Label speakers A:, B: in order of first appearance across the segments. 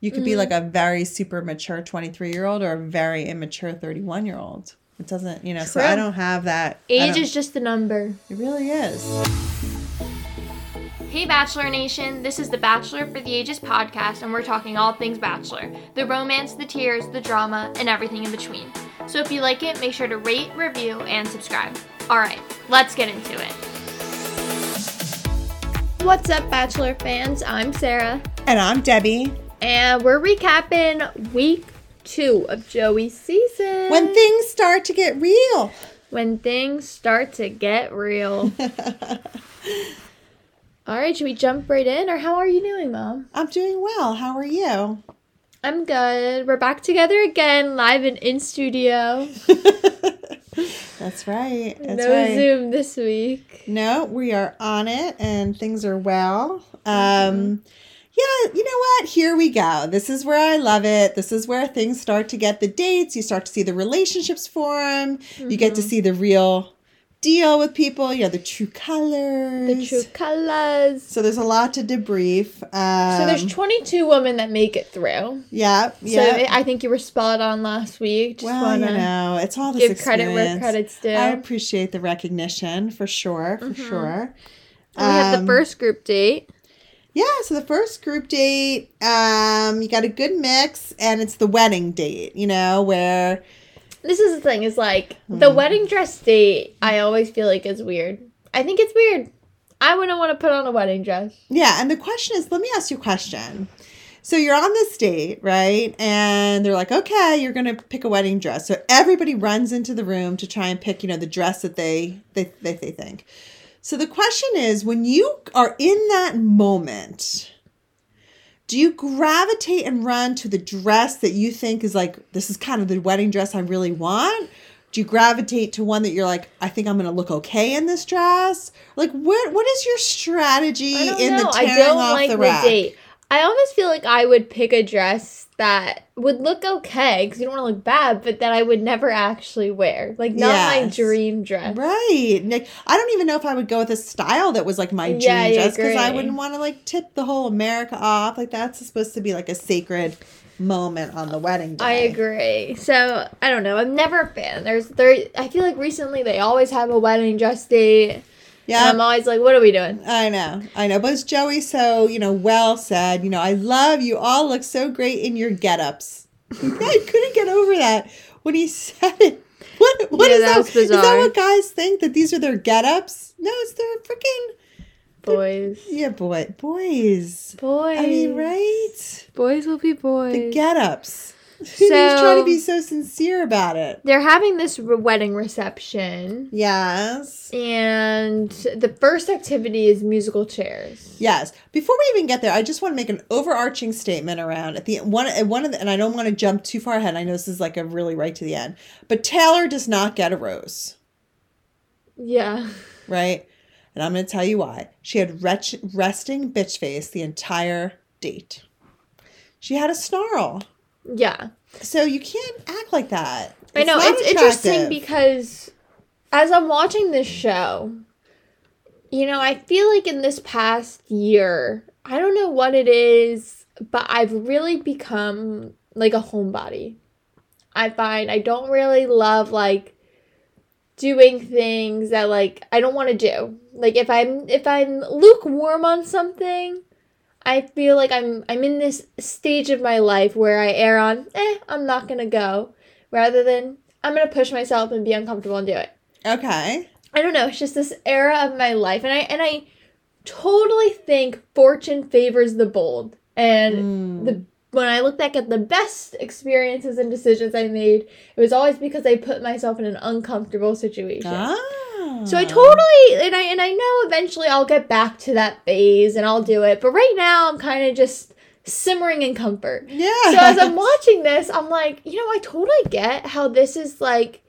A: You could be like a very super mature 23 year old or a very immature 31 year old. It doesn't, you know, so I
B: True.
A: don't have that. I
B: Age
A: don't-
B: is just a number.
A: It really is.
C: Hey, Bachelor Nation! This is the Bachelor for the Ages podcast, and we're talking all things Bachelor the romance, the tears, the drama, and everything in between. So if you like it, make sure to rate, review, and subscribe. Alright, let's get into it.
B: What's up, Bachelor fans? I'm Sarah,
A: And I'm Debbie.
B: and we're recapping week two of Joey's season.
A: When things start to get real.
B: when things start to get real. All right, should we jump right in, or how are you doing, Mom?
A: I'm doing well. How are you?
B: I'm good. We're back together again, live and in studio.
A: That's right. That's
B: no
A: right.
B: Zoom this week.
A: No, we are on it and things are well.
B: Mm-hmm.
A: Um yeah, you know what? Here we go. This is where I love it. This is where things start to get the dates. You start to see the relationships form. You get
B: Mm-hmm.
A: to see the real deal with people. You know, the true colors.
B: The true colors.
A: So there's a lot to debrief. Um,
B: So there's 22 women that make it through.
A: yeah,
B: Yeah. So
A: yeah.
B: I think you were spot on last week. Just
A: well,
B: wanna
A: you know, it's all this
B: give
A: experience.
B: credit where credit's due. Mm-hmm.
A: I appreciate the recognition for sure, for sure.
B: And we have
A: Um,
B: the first group date.
A: Yeah, so the first group date, um, you got a good mix, and it's the wedding date, you know, where
B: This is the thing. Is like
A: Hmm.
B: the wedding dress date. I always feel like is weird. I think it's weird. I wouldn't want to put on a wedding dress.
A: yeah, and the question is, let me ask you a question. So you're on this date, right? And they're like, okay, you're gonna pick a wedding dress. So everybody runs into the room to try and pick, you know, the dress that they they they, they think. So the question is, when you are in that moment, do you gravitate and run to the dress that you think is like this is kind of the wedding dress I really want? Do you gravitate to one that you're like, I think I'm gonna look okay in this dress? Like, what what is your strategy
B: I don't
A: in
B: know.
A: the
B: I
A: tearing
B: don't
A: off
B: like
A: the
B: the,
A: rack?
B: date. I almost feel like I would pick a dress that would look okay because you don't want to look bad, but that I would never actually wear. Like not my
A: Yes.
B: dream dress.
A: Right. Like I don't even know if I would go with a style that was like my dream
B: Yeah, I
A: dress because I
B: agree.
A: wouldn't want to like tip the whole America off. Like that's supposed to be like a sacred moment on the wedding day.
B: I agree. So I don't know. I'm never a fan. There's there. I feel like recently they always have a wedding dress date. And
A: Yeah.
B: I'm always like, what are we doing?
A: I know, I know. But it's Joey so, you know, well said. You know, I love you all look so great in your get-ups. I couldn't get over that when he said it. What What
B: Yeah,
A: is
B: that was
A: that? Is that
B: bizarre.
A: what guys think? That these are their get-ups? No, it's their freaking
B: Boys.
A: Yeah, boy. Boys.
B: Boys.
A: I mean, right?
B: Boys will be boys.
A: The get-ups. He's trying to
B: So-
A: be so sincere about it.
B: They're having this re- wedding reception.
A: Yes.
B: And the first activity is musical chairs.
A: Yes. Before we even get there, I just want to make an overarching statement around at the one at one of the, and I don't want to jump too far ahead. I know this is like a really right to the end, but Taylor does not get a rose,
B: Yeah.
A: right? And I'm going to tell you why. She had wretch, resting bitch face the entire date. She had a snarl,
B: Yeah.
A: so you can't act like that.
B: I know.
A: not
B: It's interesting
A: attractive.
B: because as I'm watching this show, you know, I feel like in this past year, I don't know what it is, but I've really become like a homebody. I find I don't really love like doing things that like I don't want to do. Like if I'm if I'm lukewarm on something, I feel like I'm I'm in this stage of my life where I err on, eh, I'm not gonna go, rather than I'm gonna push myself and be uncomfortable and do it.
A: okay.
B: I don't know, it's just this era of my life and I and I totally think fortune favors the bold.
A: Mm. Hmm.
B: And the when I look back at the best experiences and decisions I made, it was always because I put myself in an uncomfortable situation.
A: Ah.
B: So I totally and I and I know eventually I'll get back to that phase and I'll do it. But right now I'm kind of just simmering in comfort.
A: Yeah.
B: So as I'm watching this, I'm like, you know, I totally get how this is like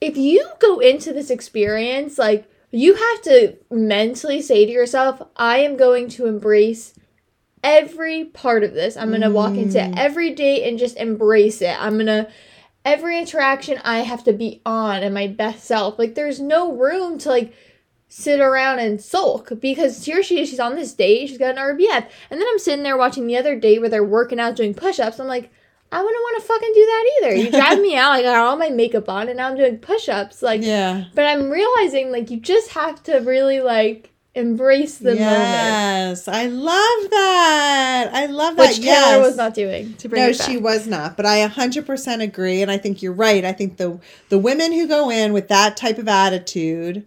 B: if you go into this experience, like you have to mentally say to yourself, I am going to embrace every part of this. I'm going to walk into every date and just embrace it. I'm going to every interaction I have to be on and my best self. Like there's no room to like sit around and sulk because here she is, she's on this date, she's got an RBF. And then I'm sitting there watching the other date where they're working out doing push ups. I'm like, I wouldn't want to fucking do that either. You drive me out, I got all my makeup on and now I'm doing push ups. Like
A: yeah.
B: but I'm realizing like you just have to really like embrace the moment.
A: yes, I love that. I love that.
B: Which Taylor
A: yes.
B: was not doing to bring
A: no,
B: it back.
A: she was not. But I 100% agree, and I think you're right. I think the the women who go in with that type of attitude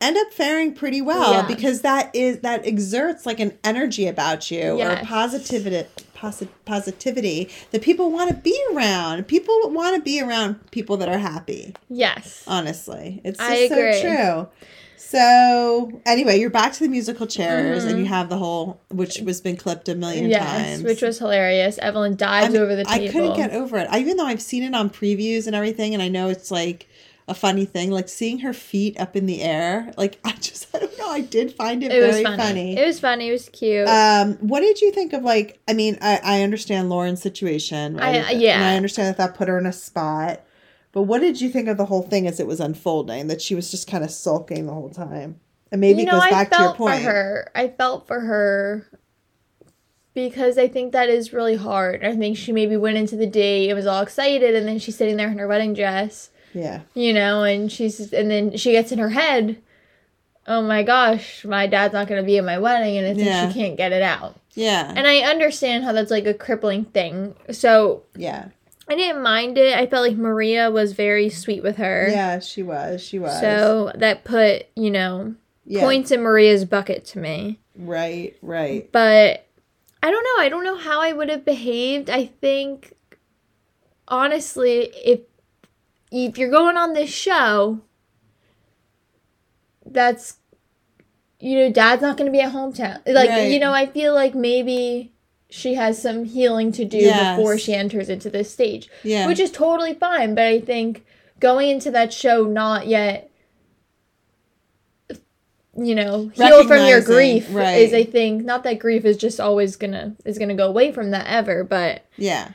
A: end up faring pretty well
B: Yeah.
A: because that is that exerts like an energy about you or
B: Yes.
A: a positivity posi- positivity that people want to be around. People want to be around people that are happy.
B: Yes.
A: Honestly, it's just
B: I
A: so
B: agree.
A: true. So anyway, you're back to the musical chairs, and you have the whole which was been clipped a million
B: Mm-hmm. Yes,
A: times,
B: which was hilarious. Evelyn dives
A: mean,
B: over the
A: I
B: table.
A: couldn't get over it. I, even though I've seen it on previews and everything, and I know it's like a funny thing, like seeing her feet up in the air. Like I just, I don't know. I did find it,
B: it was
A: very
B: funny.
A: funny.
B: It was funny. It was cute.
A: um, what did you think of like? I mean, I, I understand Lauren's situation.
B: I- uh,
A: And
B: yeah.
A: I understand that that put her in a spot. But what did you think of the whole thing as it was unfolding? That she was just kind of sulking the whole time, and maybe
B: you
A: it
B: know,
A: goes
B: I
A: back
B: felt
A: to your point.
B: for her. I felt for her because I think that is really hard. I think she maybe went into the day and was all excited, and then she's sitting there in her wedding dress,
A: Yeah,
B: you know, and she's and then she gets in her head, oh my gosh, my dad's not going to be at my wedding, and I think
A: Yeah.
B: she can't get it out.
A: yeah,
B: And I understand how that's like a crippling thing. So
A: yeah,
B: I didn't mind it. I felt like Maria was very sweet with her.
A: yeah. She was, she was.
B: So that put, you know,
A: yeah,
B: points in Maria's bucket to me.
A: right, right.
B: But I don't know. I don't know how I would have behaved. I think honestly, if if you're going on this show, that's you know, dad's not going to be at hometown. Like,
A: Right.
B: you know, I feel like maybe she has some healing to do
A: Yes.
B: before she enters into this stage
A: Yeah,
B: which is totally fine. But I think going into that show not yet, you know, heal from your
A: Recognizing,
B: grief
A: right.
B: is I think not that grief is just always gonna is gonna go away from that ever, but
A: Yeah.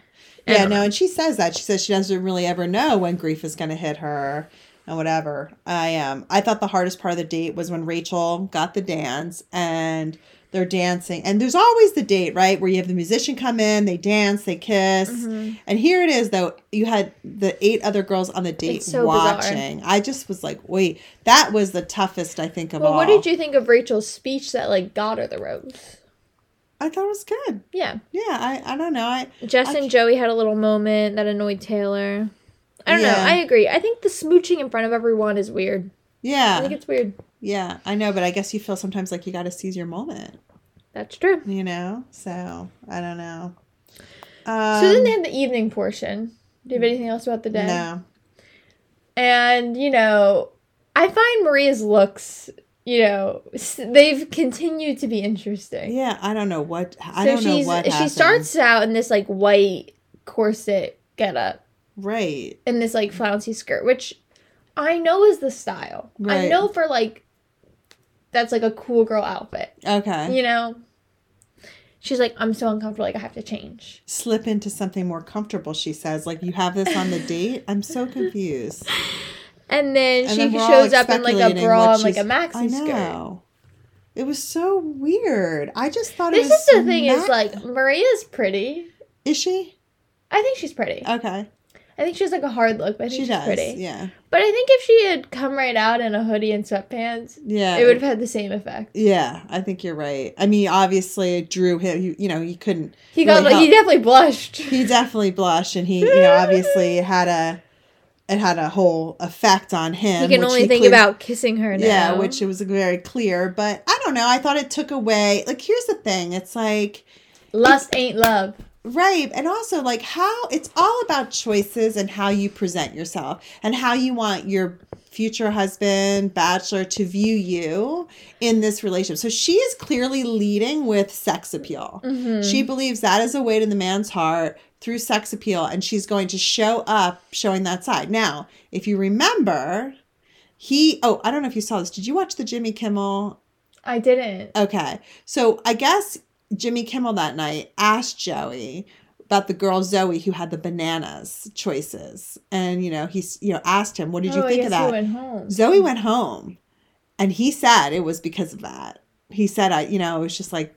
B: I
A: Yeah,
B: don't
A: no, and she says that. She says she doesn't really ever know when grief is going to hit her and whatever. I um I thought the hardest part of the date was when Rachel got the dance and they're dancing. And there's always the date, right, where you have the musician come in, they dance, they kiss.
B: Mm-hmm.
A: And here it is though. You had the eight other girls on the date
B: so bizarre.
A: watching. I just was like, "Wait, that was the toughest I think of
B: well,
A: all."
B: what did you think of Rachel's speech that like got her the rose?
A: I thought it was good.
B: Yeah,
A: Yeah, I I don't know. I
B: Jess and Joey had a little moment that annoyed Taylor. I don't know.
A: Yeah.
B: I agree. I think the smooching in front of everyone is weird. I think
A: yeah.
B: it's weird.
A: Yeah, I know, but I guess you feel sometimes like you got to seize your moment.
B: That's true.
A: you know so i don't know
B: so then they had the evening portion. Do you have anything else about the day?
A: Um, no
B: and you know i find maria's looks you know s- they've continued to be interesting
A: yeah i don't know what i
B: so
A: don't know
B: she's
A: what
B: she
A: happened.
B: starts out in this like white corset getup
A: right
B: and this like flouncy skirt which i know is the style i
A: Right.
B: know for like that's like a cool girl outfit
A: okay
B: you know she's like i'm so uncomfortable like i have to change
A: slip into something more comfortable she says like you have this on the date i'm so confused
B: and then
A: And
B: she
A: then we're all,
B: shows up in like a
A: speculating
B: bra
A: what
B: and like a
A: she's-
B: maxi
A: I
B: skirt
A: know. it was so weird i just thought
B: This
A: it was
B: is the thing
A: ma-
B: is like Maria's pretty.
A: is she
B: I think she's pretty.
A: okay
B: I think she's like a hard look, but I
A: Uh,
B: think
A: she
B: she's
A: does
B: pretty.
A: yeah
B: But I think if she had come right out in a hoodie and sweatpants,
A: yeah
B: it would have had the same effect.
A: yeah i think you're right i mean obviously it drew him you, you know he couldn't
B: He got
A: Really
B: like he definitely blushed.
A: he definitely blushed and he you know obviously it had a it had a whole effect on him
B: He can
A: which
B: only think
A: clear-
B: about kissing her now.
A: yeah which it was very clear but i don't know i thought it took away like here's the thing it's like
B: lust ain't love.
A: right and also like how it's all about choices and how you present yourself and how you want your future husband bachelor to view you in this relationship so she is clearly leading with sex appeal
B: Mm-hmm. Mm.
A: she believes that is a way to the man's heart through sex appeal, and she's going to show up showing that side. Now, if you remember, he, oh, I don't know if you saw this. Did you watch the Jimmy Kimmel?
B: I didn't.
A: Okay. So I guess Jimmy Kimmel that night asked Joey about the girl Zoe who had the bananas choices. And, you know, he's, you know, asked him, what did you
B: oh, I
A: think
B: guess
A: of
B: he
A: that?
B: went home.
A: Zoe went home. And he said it was because of that. He said, I, you know, it was just like,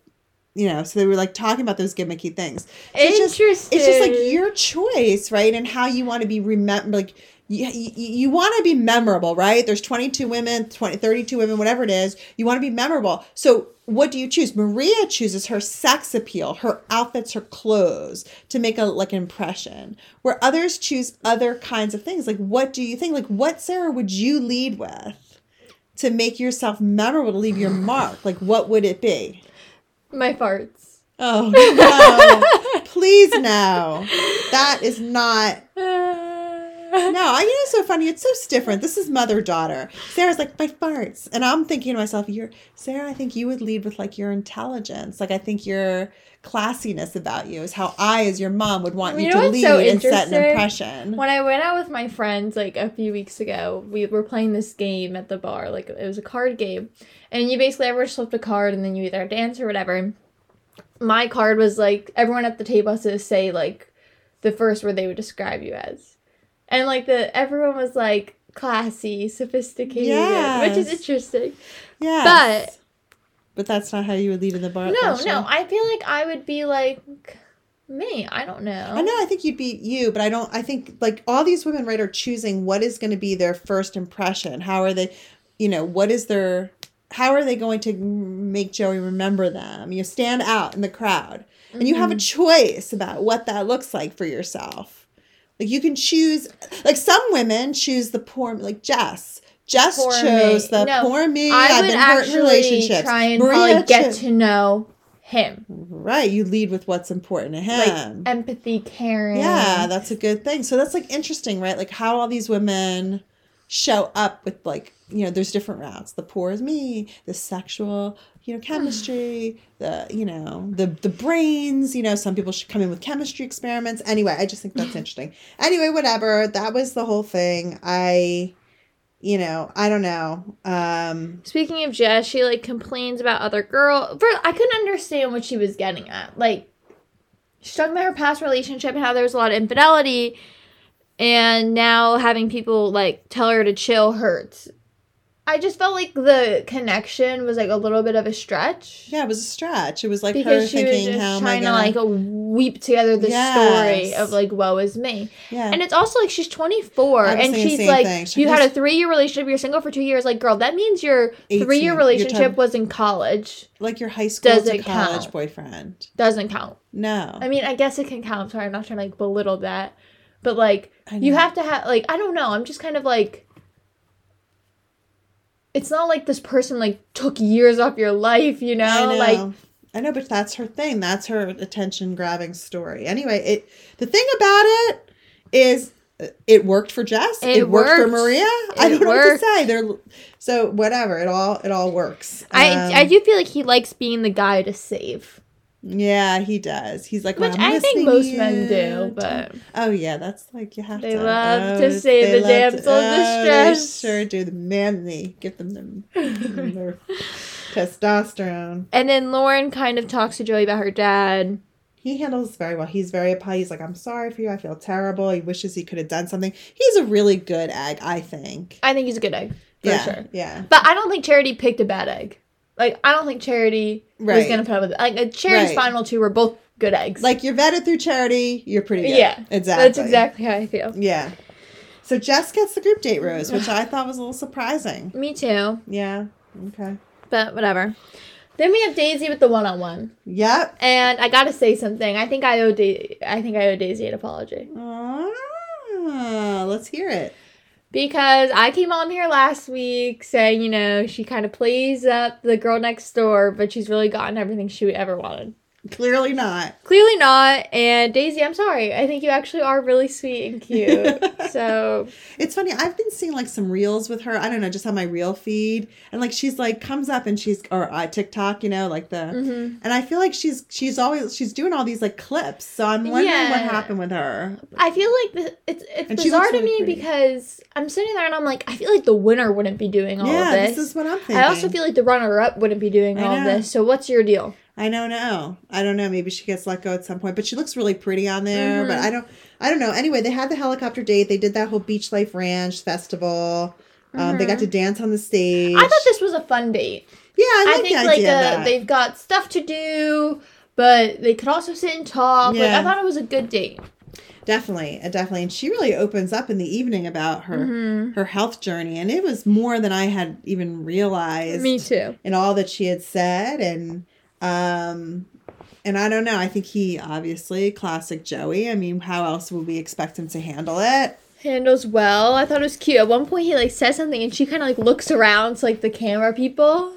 A: you know, so they were like talking about those gimmicky things. So it's just-
B: Interesting.
A: it's just like your choice, right? And how you want to be remembered. Like, you, you, you want to be memorable, right? There's 22 women, 20, 32 women, whatever it is. You want to be memorable. So, what do you choose? Maria chooses her sex appeal, her outfits, her clothes to make a like impression. Where others choose other kinds of things. Like, what do you think? Like, what Sarah would you lead with to make yourself memorable, to leave your mark? Like, what would it be?
B: my farts.
A: Oh no! Please no. That is not.
B: Uh,
A: No, I you know it's so funny. It's so different. This is mother daughter. Sarah's like my farts, and I'm thinking to myself, "You're Sarah. I think you would lead with like your intelligence. Like I think your classiness about you is how I, as your mom, would want
B: You
A: you,
B: know
A: to
B: what's
A: lead
B: so
A: and set an
B: interesting?
A: impression."
B: When I went out with my friends like a few weeks ago, we were playing this game at the bar. Like it was a card game, and you basically everyone flipped a card, and then you either had to answer or whatever. My card was like everyone at the table has to say like the first word they would describe you as, and like the everyone was like classy, sophisticated, which is
A: Yes.
B: interesting.
A: Yeah,
B: But-
A: but that's not how you would lead in the bar.
B: No,
A: Ashley.
B: no, I feel like I would be like me. I don't know.
A: I know. I think you'd be you, but I don't. I think like all these women, right, are choosing what is going to be their first impression. How are they, you know, what is their, how are they going to make Joey remember them? You know, stand out in the crowd, and you have
B: Mm-hmm.
A: a choice about what that looks like for yourself. Like you can choose. Like some women choose the poor, like Jess. Jess
B: Poor
A: chose
B: me.
A: the
B: No,
A: poor me.
B: I
A: I've
B: would
A: been hurt in
B: actually
A: relationships.
B: try and
A: Maria
B: probably get
A: cho-
B: to know him.
A: right. You lead with what's important to him.
B: Like empathy, caring.
A: Yeah, that's a good thing. So that's like interesting, right? Like how all these women show up with like, you know, there's different routes. The poor is me, the sexual, you know, chemistry, the, you know, the the brains, you know, some people should come in with chemistry experiments. Anyway, I just think that's interesting. Anyway, whatever. That was the whole thing. I you know, I don't know. Um
B: Speaking of Jess, she like complains about other girl. For I couldn't understand what she was getting at. Like she's talking about her past relationship and how there was a lot of infidelity, and now having people like tell her to chill hurts. I just felt like the connection was like a little bit of a stretch.
A: yeah, it was a stretch. It was like her
B: because she was
A: thinking
B: just
A: how am I
B: trying
A: going
B: to like weep together the story
A: Yes.
B: of like woe is me
A: yeah.
B: and it's also like she's 24
A: I was thinking
B: and
A: the
B: she's
A: same
B: like
A: thing. She
B: you had a
A: was-
B: three-year relationship you're single for two years like girl that means your
A: 18.
B: three-year
A: You're
B: relationship
A: talking-
B: was in college
A: like your high school
B: Does
A: to
B: it
A: college
B: count?
A: boyfriend.
B: doesn't count
A: No.
B: i mean i guess it can count sorry i'm not trying to like belittle that but like
A: I
B: you
A: know.
B: have to have like i don't know i'm just kind of like it's not like this person like took years off your life you know,
A: I know.
B: like
A: I know, but that's her thing. That's her attention grabbing story. Anyway, it the thing about it is uh, it worked for Jess.
B: It
A: It, worked. for
B: worked.
A: Maria. I
B: It
A: don't know what to
B: worked.
A: say. They're so whatever. It all it all works. Um,
B: I, I do feel like he likes being the guy to save
A: Yeah, he does. He's like,
B: Which
A: well, I'm
B: I
A: listening
B: think most
A: to
B: men
A: you.
B: do, but
A: oh yeah, that's like you have
B: They
A: to.
B: love
A: oh,
B: to save
A: they
B: the
A: love
B: damsel in distress.
A: Oh, they sure do. The manly, give them them their testosterone.
B: and then Lauren kind of talks to Joey about her dad.
A: he handles this very well. He's very uptight. He's like, I'm sorry for you. I feel terrible. He wishes he could have done something. He's a really good egg, I think.
B: I think he's a good egg for
A: yeah,
B: sure,
A: yeah,
B: but I don't think Charity picked a bad egg. Like I don't think Charity was
A: Right.
B: gonna put up with like uh, Charity's
A: Right.
B: final two were both good eggs.
A: like you're vetted through charity. You're pretty good.
B: yeah,
A: exactly.
B: That's exactly how I feel.
A: Yeah. So Jess gets the group date rose, which I thought was a little surprising.
B: Me too,
A: Yeah. Okay.
B: but whatever. Then we have Daisy with the one on one,
A: Yep.
B: and I gotta say something. I think I owe da- I think I owe Daisy an apology.
A: Ah, let's hear it.
B: Because I came on here last week saying, you know, she kind of plays up the girl next door, but she's really gotten everything she ever wanted.
A: Clearly not.
B: Clearly not. And Daisy, I'm sorry. I think you actually are really sweet and cute. so
A: It's funny. I've been seeing like some reels with her. I don't know, just on my reel feed, and like she's like comes up and she's or uh, TikTok, you know, like the.
B: Mm-hmm.
A: And I feel like she's she's always she's doing all these like clips. So I'm wondering what
B: Yeah.
A: happened with her.
B: I feel like this, it's it's
A: And she
B: bizarre
A: looks
B: to
A: really
B: me
A: pretty.
B: because I'm sitting there and I'm like, I feel like the winner wouldn't be doing all
A: yeah,
B: of this.
A: this. is what I'm thinking.
B: I also feel like the runner up wouldn't be doing
A: I
B: all of
A: know.
B: this. So what's your deal?
A: I don't know. I don't know. Maybe she gets let go at some point, but she looks really pretty on there. But
B: Mm-hmm.
A: I don't. I don't know. Anyway, they had the helicopter date. They did that whole beach life ranch festival. Um, they got to dance on the stage.
B: Mm-hmm. I thought this was a fun date.
A: yeah, I,
B: I,
A: like
B: think
A: the
B: like
A: idea of
B: uh,
A: that.
B: they've got stuff to do, but they could also sit and talk. Like I
A: Yeah.
B: thought it was a good date.
A: definitely, uh, definitely. And she really opens up in the evening about her
B: Mhm.
A: her health journey, and it was more than I had even realized.
B: Me too.
A: and all that she had said and um and I don't know. I think he obviously classic Joey. I mean, how else would we expect him to handle it?
B: Handles well. I thought it was cute. At one point, he like says something, and she kind of like looks around to like the camera people.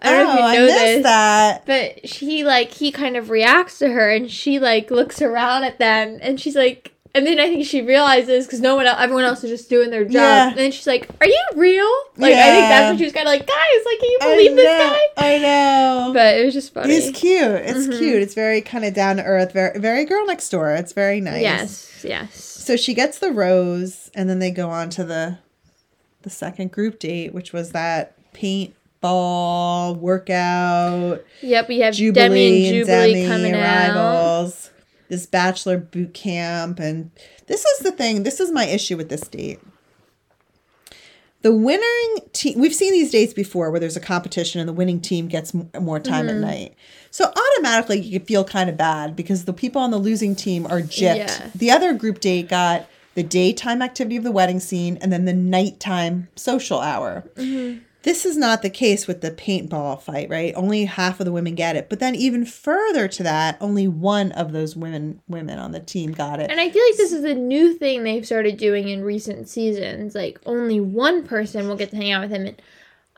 B: I don't know if you know this,
A: Oh, that.
B: but she like he kind of reacts to her, and she like looks around at them, and she's like, and then I think she realizes because no one, el- everyone else is just doing their job,
A: Yeah.
B: and then she's like, "Are you real?" Like I think that's
A: Yeah.
B: when she was kind of like, "Guys, like, can you
A: I
B: believe Oh, this
A: know,
B: guy?"
A: I know.
B: But it was just funny.
A: it's cute. It's
B: Mhm.
A: cute. It's very kind of down to earth. Very, very girl next door. It's very nice.
B: Yes, yes.
A: So she gets the rose, and then they go on to the the second group date, which was that paintball workout.
B: Yep, we have
A: Jubilee
B: Demi and
A: and
B: Jubilee
A: Demi
B: coming out.
A: arrivals. This bachelor boot camp, and this is the thing. This is my issue with this date. The winning team. We've seen these dates before, where there's a competition and the winning team gets m- more time
B: Mm-hmm.
A: at night. So automatically, you could feel kind of bad because the people on the losing team are gypped.
B: Yeah.
A: The other group date got the daytime activity of the wedding scene and then the nighttime social hour. This is not the case with the paintball fight, right? Only half of the women get it. But then even further to that, only one of those women women on the team got it.
B: And I feel like this is a new thing they've started doing in recent seasons. Like only one person will get to hang out with him. And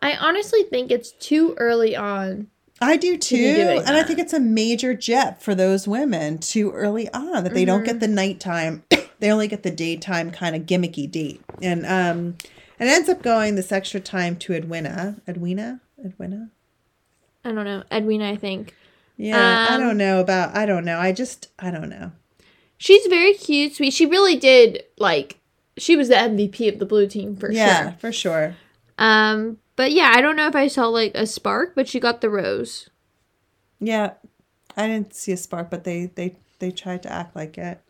B: I honestly think it's too early on.
A: I do too.
B: be doing
A: And I
B: that.
A: think it's a major jet for those women too early on that they don't
B: Mm-hmm.
A: get the nighttime. they only get the daytime kind of gimmicky date. And um it ends up going this extra time to Edwina. Edwina? Edwina?
B: I don't know, Edwina. I think
A: Yeah, I
B: Um,
A: don't know about I don't know. I just I don't know.
B: she's very cute, sweet. She really did like. She was the MVP of the blue team for
A: yeah,
B: sure.
A: for sure.
B: Um, but yeah, I don't know if I saw like a spark, but she got the rose.
A: Yeah, I didn't see a spark, but they they they tried to act like it.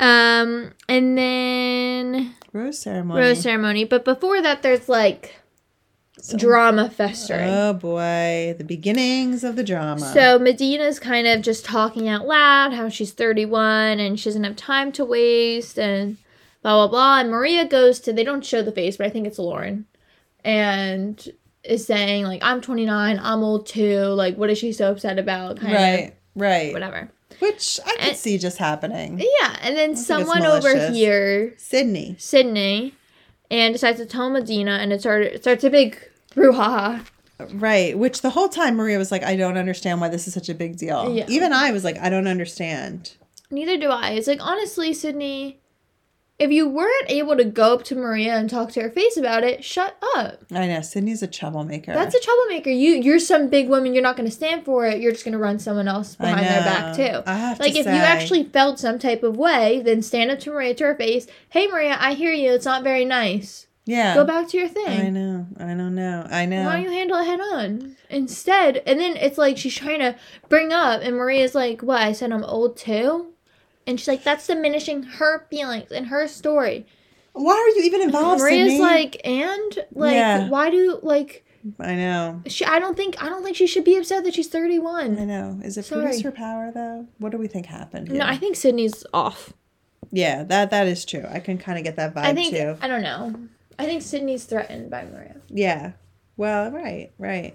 B: Um, and then
A: Rose ceremony.
B: rose ceremony. But before that, there's like drama festering.
A: Oh boy, the beginnings of the drama.
B: so Medina's kind of just talking out loud how she's 31 and she doesn't have time to waste and blah blah blah. And Maria goes to they don't show the face, but I think it's Lauren, and is saying like I'm 29, I'm old too. Like what is she so upset about? Kind
A: right,
B: of
A: right,
B: whatever.
A: which I could
B: And-
A: see just happening.
B: Yeah, and then
A: it's
B: someone
A: malicious.
B: over here
A: Sydney.
B: Sydney and decides to tell Medina, and it started it starts a big brouhaha.
A: Right, which the whole time Maria was like, I don't understand why this is such a big deal.
B: Yeah.
A: Even I was like, I don't understand.
B: Neither do I. It's like honestly, Sydney, if you weren't able to go up to Maria and talk to her face about it, shut up.
A: I know, Sydney's a troublemaker.
B: That's a troublemaker. You you're some big woman. You're not going to stand for it. You're just going to run someone else
A: I
B: behind their
A: know.
B: back too.
A: I have
B: Like
A: to
B: if
A: say-
B: you actually felt some type of way, then stand up to Maria to her face. Hey Maria, I hear you. It's not very nice.
A: Yeah.
B: Go back to your
A: I
B: thing.
A: know. I don't know. I know.
B: Why don't you handle it head on instead? And then it's like she's trying to bring up, and Maria's like, "What? I said I'm old too," and she's like, "That's diminishing her feelings and her story."
A: Why are you even involved?
B: Maria's
A: Sydney?
B: like, "And like,
A: Yeah.
B: why do like
A: I know.
B: she? I don't think I don't think she should be upset that she's 31."
A: I know. Is it
B: Sorry.
A: producer power though? What do we think happened?
B: No,
A: here?
B: I think Sydney's off.
A: Yeah, that that is true. I can kind of get that vibe
B: I think
A: too.
B: I don't know. I think Sydney's threatened by Maria.
A: Yeah. Well, right, right.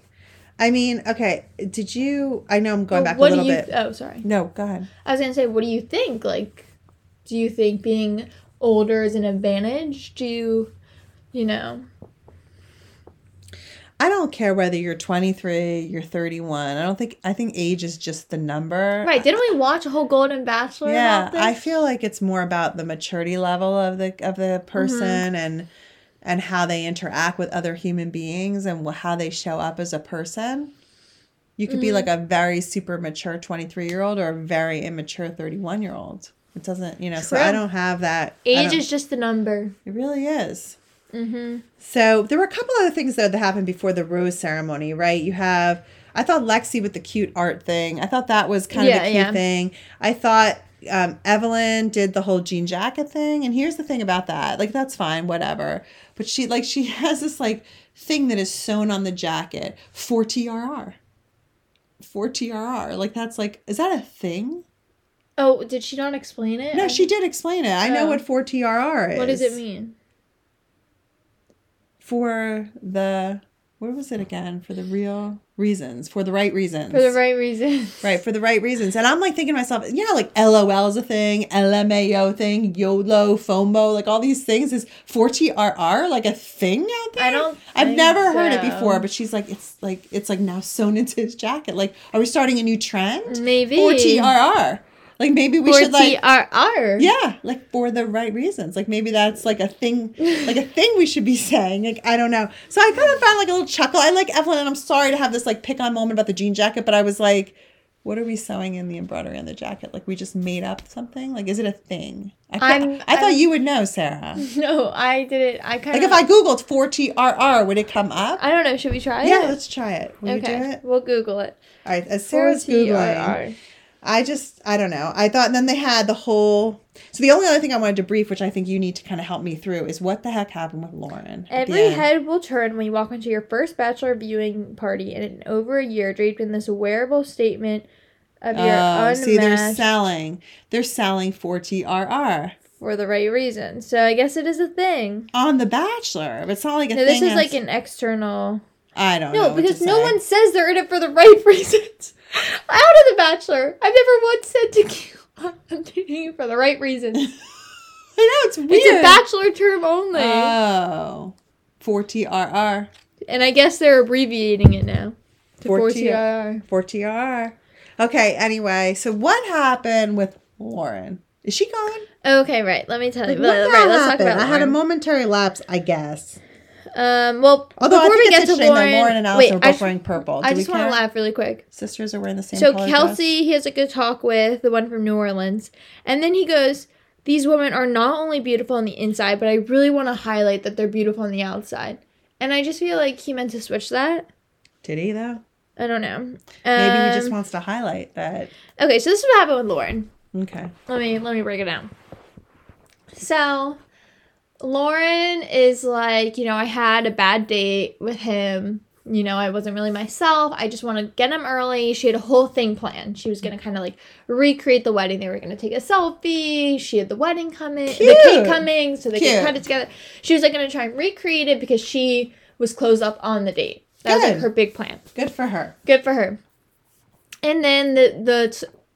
A: I mean, okay. Did you? I know I'm going
B: But
A: back a
B: what
A: little
B: do you?
A: bit.
B: Oh, sorry.
A: no, go ahead.
B: I was gonna say, what do you think? Like, do you think being older is an advantage? Do you, you know?
A: I don't care whether you're 23, you're 31. I don't think. I think age is just the number.
B: Right? Didn't we watch a whole Golden Bachelor?
A: yeah,
B: about this?
A: I feel like it's more about the maturity level of the of
B: Mm-hmm.
A: the person and and how they interact with other human beings and wh- how they show up as a person. You could be
B: Mm-hmm.
A: like a very super mature 23 year old or a very immature 31 year old. It doesn't, you know, so I
B: True.
A: don't have that. I
B: age
A: don't-
B: is just the number.
A: It really is.
B: Mm-hmm.
A: So there were a couple other things though that happened before the rose ceremony, right? You have I thought Lexi with the cute art thing. I thought that was kind of
B: Yeah,
A: the cute
B: yeah.
A: thing. I thought um, Evelyn did the whole jean jacket thing, and here's the thing about that. Like that's fine, whatever. But she like she has this like thing that is sewn on the jacket for TRR. For TRR, like that's like is that a thing?
B: Oh, did she not explain it?
A: No, she did explain it. I know
B: Oh.
A: what for TRR is.
B: What does it mean?
A: For the where was it again? For the real reasons, for the right reasons.
B: For the right reason.
A: Right, for the right reasons. And I'm like thinking to myself, yeah, like LOL is a thing, LMAO thing, YOLO, FOMO, like all these things. Is 4TRR like a thing out there?
B: I don't
A: I've
B: think
A: never heard it
B: so.
A: before, but she's like, it's like, it's like now sewn into his jacket. Like, are we starting a new trend?
B: Maybe.
A: 4TRR. Like, maybe we
B: For
A: should like.
B: TRR.
A: Yeah, like for the right reasons. Like maybe that's like a thing, like a thing we should be saying. Like I don't know. So I kind of found like a little chuckle. I like Evelyn, and I'm sorry to have this like pick on moment about the jean jacket, but I was like, what are we sewing in the embroidery on the jacket? Like we just made up something. Like is it a thing? I, thought-
B: I'm-
A: I thought
B: I'm-
A: you would know, Sarah.
B: No, I didn't. I kind
A: Like if
B: of.
A: I googled 4TRR, would it come up?
B: I don't know. Should we try
A: Yeah,
B: it?
A: let's try it. Will
B: okay.
A: you do it?
B: We'll Google it.
A: All right. As Sarah's googling,
B: TRR.
A: I just, I don't know. I thought, and then they had the whole. So the only other thing I wanted to brief, which I think you need to kind of help me through, is what the heck happened with Lauren. at the
B: Every
A: end.
B: head will turn when you walk into your first bachelor viewing party and in over a year draped in this wearable statement of your
A: Oh, see, they're
B: unmatched
A: selling. They're selling for TRR
B: for the right reason. So I guess it is a thing.
A: on The Bachelor. But it's not like a
B: No,
A: thing.
B: this is
A: that's-
B: like an external.
A: I don't know.
B: No,
A: what to
B: because no
A: say.
B: one says they're in it for the right reasons. Out of The Bachelor, I've never once said to you, I'm dating you for the right reasons.
A: I know it's weird.
B: It's a bachelor term only.
A: Oh, for TRR,
B: and I guess they're abbreviating it now to
A: 4TR.
B: 4TR.
A: for TRR. Okay. Anyway, so what happened with Lauren? Is she gone?
B: Okay, right. Let me tell you.
A: Like, what
B: right,
A: the hell
B: let's talk
A: happened?
B: about
A: I had a
B: Lauren.
A: momentary lapse, I guess.
B: Um, well,
A: Although
B: before
A: I
B: we
A: think
B: get
A: it's
B: to
A: a shame
B: Lauren,
A: that Lauren and Alex
B: wait,
A: are
B: I
A: both
B: just,
A: wearing purple. Do
B: I
A: we
B: just want to
A: count?
B: laugh really quick.
A: Sisters are wearing the same.
B: So
A: color dress.
B: Kelsey, he has a good talk with the one from New Orleans, and then he goes, "These women are not only beautiful on the inside, but I really want to highlight that they're beautiful on the outside." And I just feel like he meant to switch that.
A: did he though?
B: I don't know.
A: Maybe he just
B: Um,
A: wants to highlight that.
B: okay, so this is what happened with Lauren.
A: Okay.
B: let me let me break it down. So Lauren is like, you know, I had a bad date with him. You know, I wasn't really myself. I just want to get him early. She had a whole thing planned. She was going to kind of like recreate the wedding. They were going to take a selfie. She had the wedding coming, the
A: Cute.
B: cake coming, so they
A: Cute.
B: could cut it together. She was like going to try and recreate it because she was closed up on the date. That was
A: Good.
B: like her big plan.
A: Good for her.
B: Good for her. And then the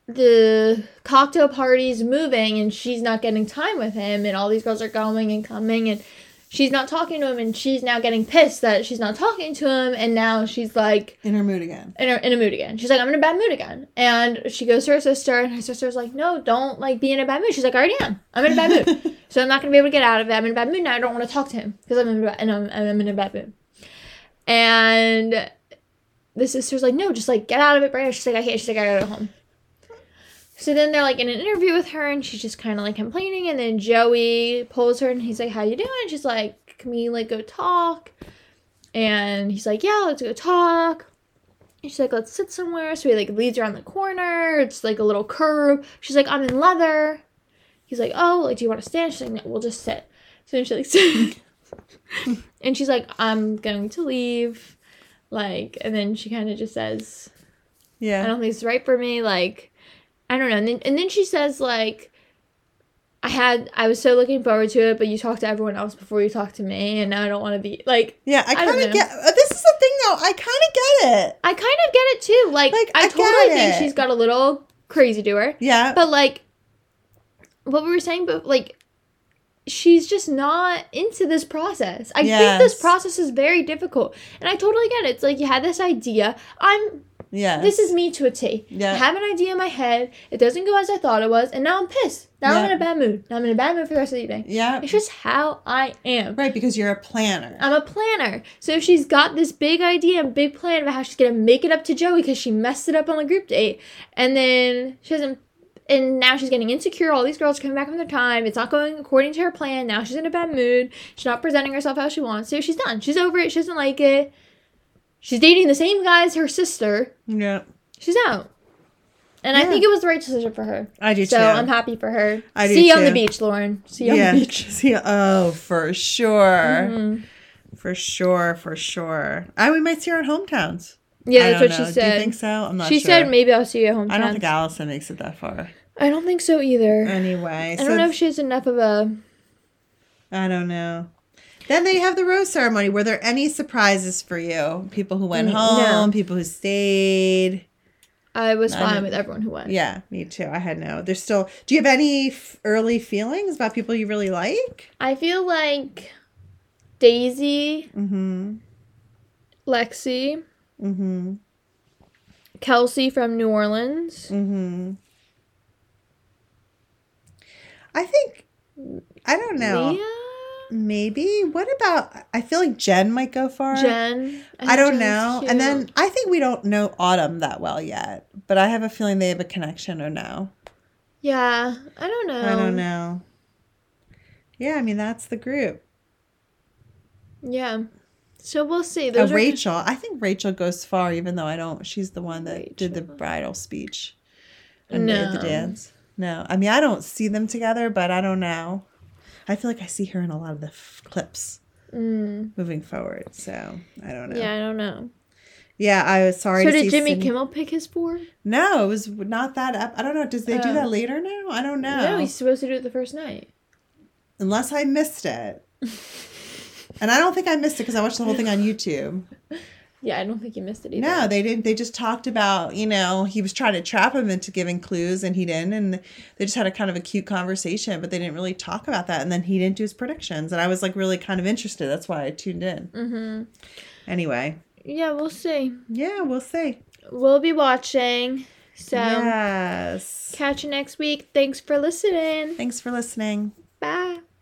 B: the the cocktail party's moving, and she's not getting time with him, and all these girls are going and coming, and she's not talking to him, and she's now getting pissed that she's not talking to him, and now she's like
A: In her mood again.
B: in, her, in a mood again. She's like, I'm in a bad mood again, and she goes to her sister, and her sister's like, No, don't like be in a bad mood. She's like, I already am. I'm in a bad mood. So I'm not gonna be able to get out of it. I'm in a bad mood now. I don't want to talk to him because I'm in a, ba- and I'm, I'm in a bad mood. And the sister's like, no, just like get out of it, Brianna. She's like, I can't. She's like, I gotta go home. So then they're like in an interview with her, and she's just kind of like complaining. And then Joey pulls her, and he's like, "How you doing?" She's like, "Can we like go talk?" And he's like, "Yeah, let's go talk." And she's like, "Let's sit somewhere." So he like leads her on the corner. It's like a little curb. She's like, "I'm in leather." He's like, "Oh, like do you want to stand?" She's like, "No, we'll just sit." So she like sits. and she's like, "I'm going to leave." Like, and then she kind of just says,
A: yeah.
B: I don't think it's right for me. Like, I don't know. And then, and then she says, like, I had, I was so looking forward to it, but you talked to everyone else before you talked to me, and now I don't want to be, like,
A: yeah, I
B: I don't
A: kind of
B: know.
A: get. uh, This is the thing though. I kind of get it.
B: I kind of get it too. Like,
A: Like,
B: I,
A: I
B: totally
A: get
B: think
A: it.
B: she's got a little crazy to her.
A: Yeah.
B: But, like, what we were saying, but, like, she's just not into this process. I think
A: Yes.
B: this process is very difficult. And I totally get it. It's like you had this idea. I'm
A: yeah.
B: This is me to a T.
A: Yeah.
B: I have an idea in my head. It doesn't go as I thought it was, and now I'm pissed. Now I'm
A: Yeah.
B: in a bad mood. Now I'm in a bad mood for the rest of the evening.
A: Yeah.
B: It's just how I am.
A: Right, because you're a planner.
B: I'm a planner. So if she's got this big idea and big plan about how she's gonna make it up to Joey because she messed it up on the group date, and then she doesn't, and now she's getting insecure. All these girls are coming back from their time. It's not going according to her plan. Now she's in a bad mood. She's not presenting herself how she wants to. She's done. She's over it. She doesn't like it. She's dating the same guy as her sister
A: yeah.
B: she's out. And I
A: Yeah.
B: think it was the right decision for her.
A: I do
B: So
A: too.
B: I'm happy for her.
A: I do
B: See you on the
A: too.
B: beach, Lauren. See you
A: yeah.
B: on the beach. Mm-hmm.
A: See, oh, for sure. For sure, for sure. And we might see her at hometowns.
B: Yeah,
A: I
B: that's
A: don't
B: what
A: know.
B: she
A: Do
B: said.
A: you think so? I'm not
B: she
A: sure.
B: said maybe I'll see you at home.
A: I don't think Allison makes it that far.
B: I don't think so either.
A: Anyway,
B: I don't know if she has enough of a
A: I don't know. Then they have the rose ceremony. Were there any surprises for you? People who went
B: Mm, no.
A: home, people who stayed.
B: I was
A: I
B: fine
A: don't-
B: with everyone who went.
A: Yeah, me too. I had no. There's still. Do you have any f- early feelings about people you really like?
B: I feel like Daisy,
A: Mm-hmm.
B: Lexi,
A: Mm-hmm.
B: Kelsey from New Orleans.
A: Mm-hmm. I think. Mm, I don't know.
B: Leah,
A: Maybe. What about? I feel like Jen might go far.
B: Jen.
A: I
B: think
A: don't
B: Jen's
A: know.
B: cute.
A: And then I think we don't know Autumn that well yet, but I have a feeling they have a connection or no.
B: yeah, I don't know.
A: I don't know. Yeah, I mean that's the group.
B: Yeah, so we'll see.
A: Uh,
B: Those are-
A: Rachel, I think Rachel goes far, even though I don't. She's the one that did the
B: Rachel.
A: bridal speech and the- the
B: No.
A: dance. No, I mean I don't see them together, but I don't know. I feel like I see her in a lot of the f- clips
B: Mm,
A: moving forward, so I don't know.
B: yeah, I don't know.
A: Yeah, I was sorry.
B: so
A: to see
B: did Jimmy
A: Sydney-
B: Kimmel pick his four?
A: No, it was not that up. I don't know. Does they do
B: Oh.
A: that later now? I don't know.
B: No, he's supposed to do it the first night.
A: Unless I missed it. and I don't think I missed it because I watched the whole thing on YouTube.
B: Yeah, I don't think he missed it either.
A: No, they didn't. They just talked about, you know, he was trying to trap him into giving clues and he didn't. And they just had a kind of a cute conversation, but they didn't really talk about that. And then he didn't do his predictions. And I was like really kind of interested. That's why I tuned in.
B: Mm-hmm.
A: Anyway,
B: Yeah, we'll see.
A: yeah, we'll see.
B: We'll be watching. So
A: yes.
B: catch you next week. Thanks for listening.
A: Thanks for listening.
B: Bye.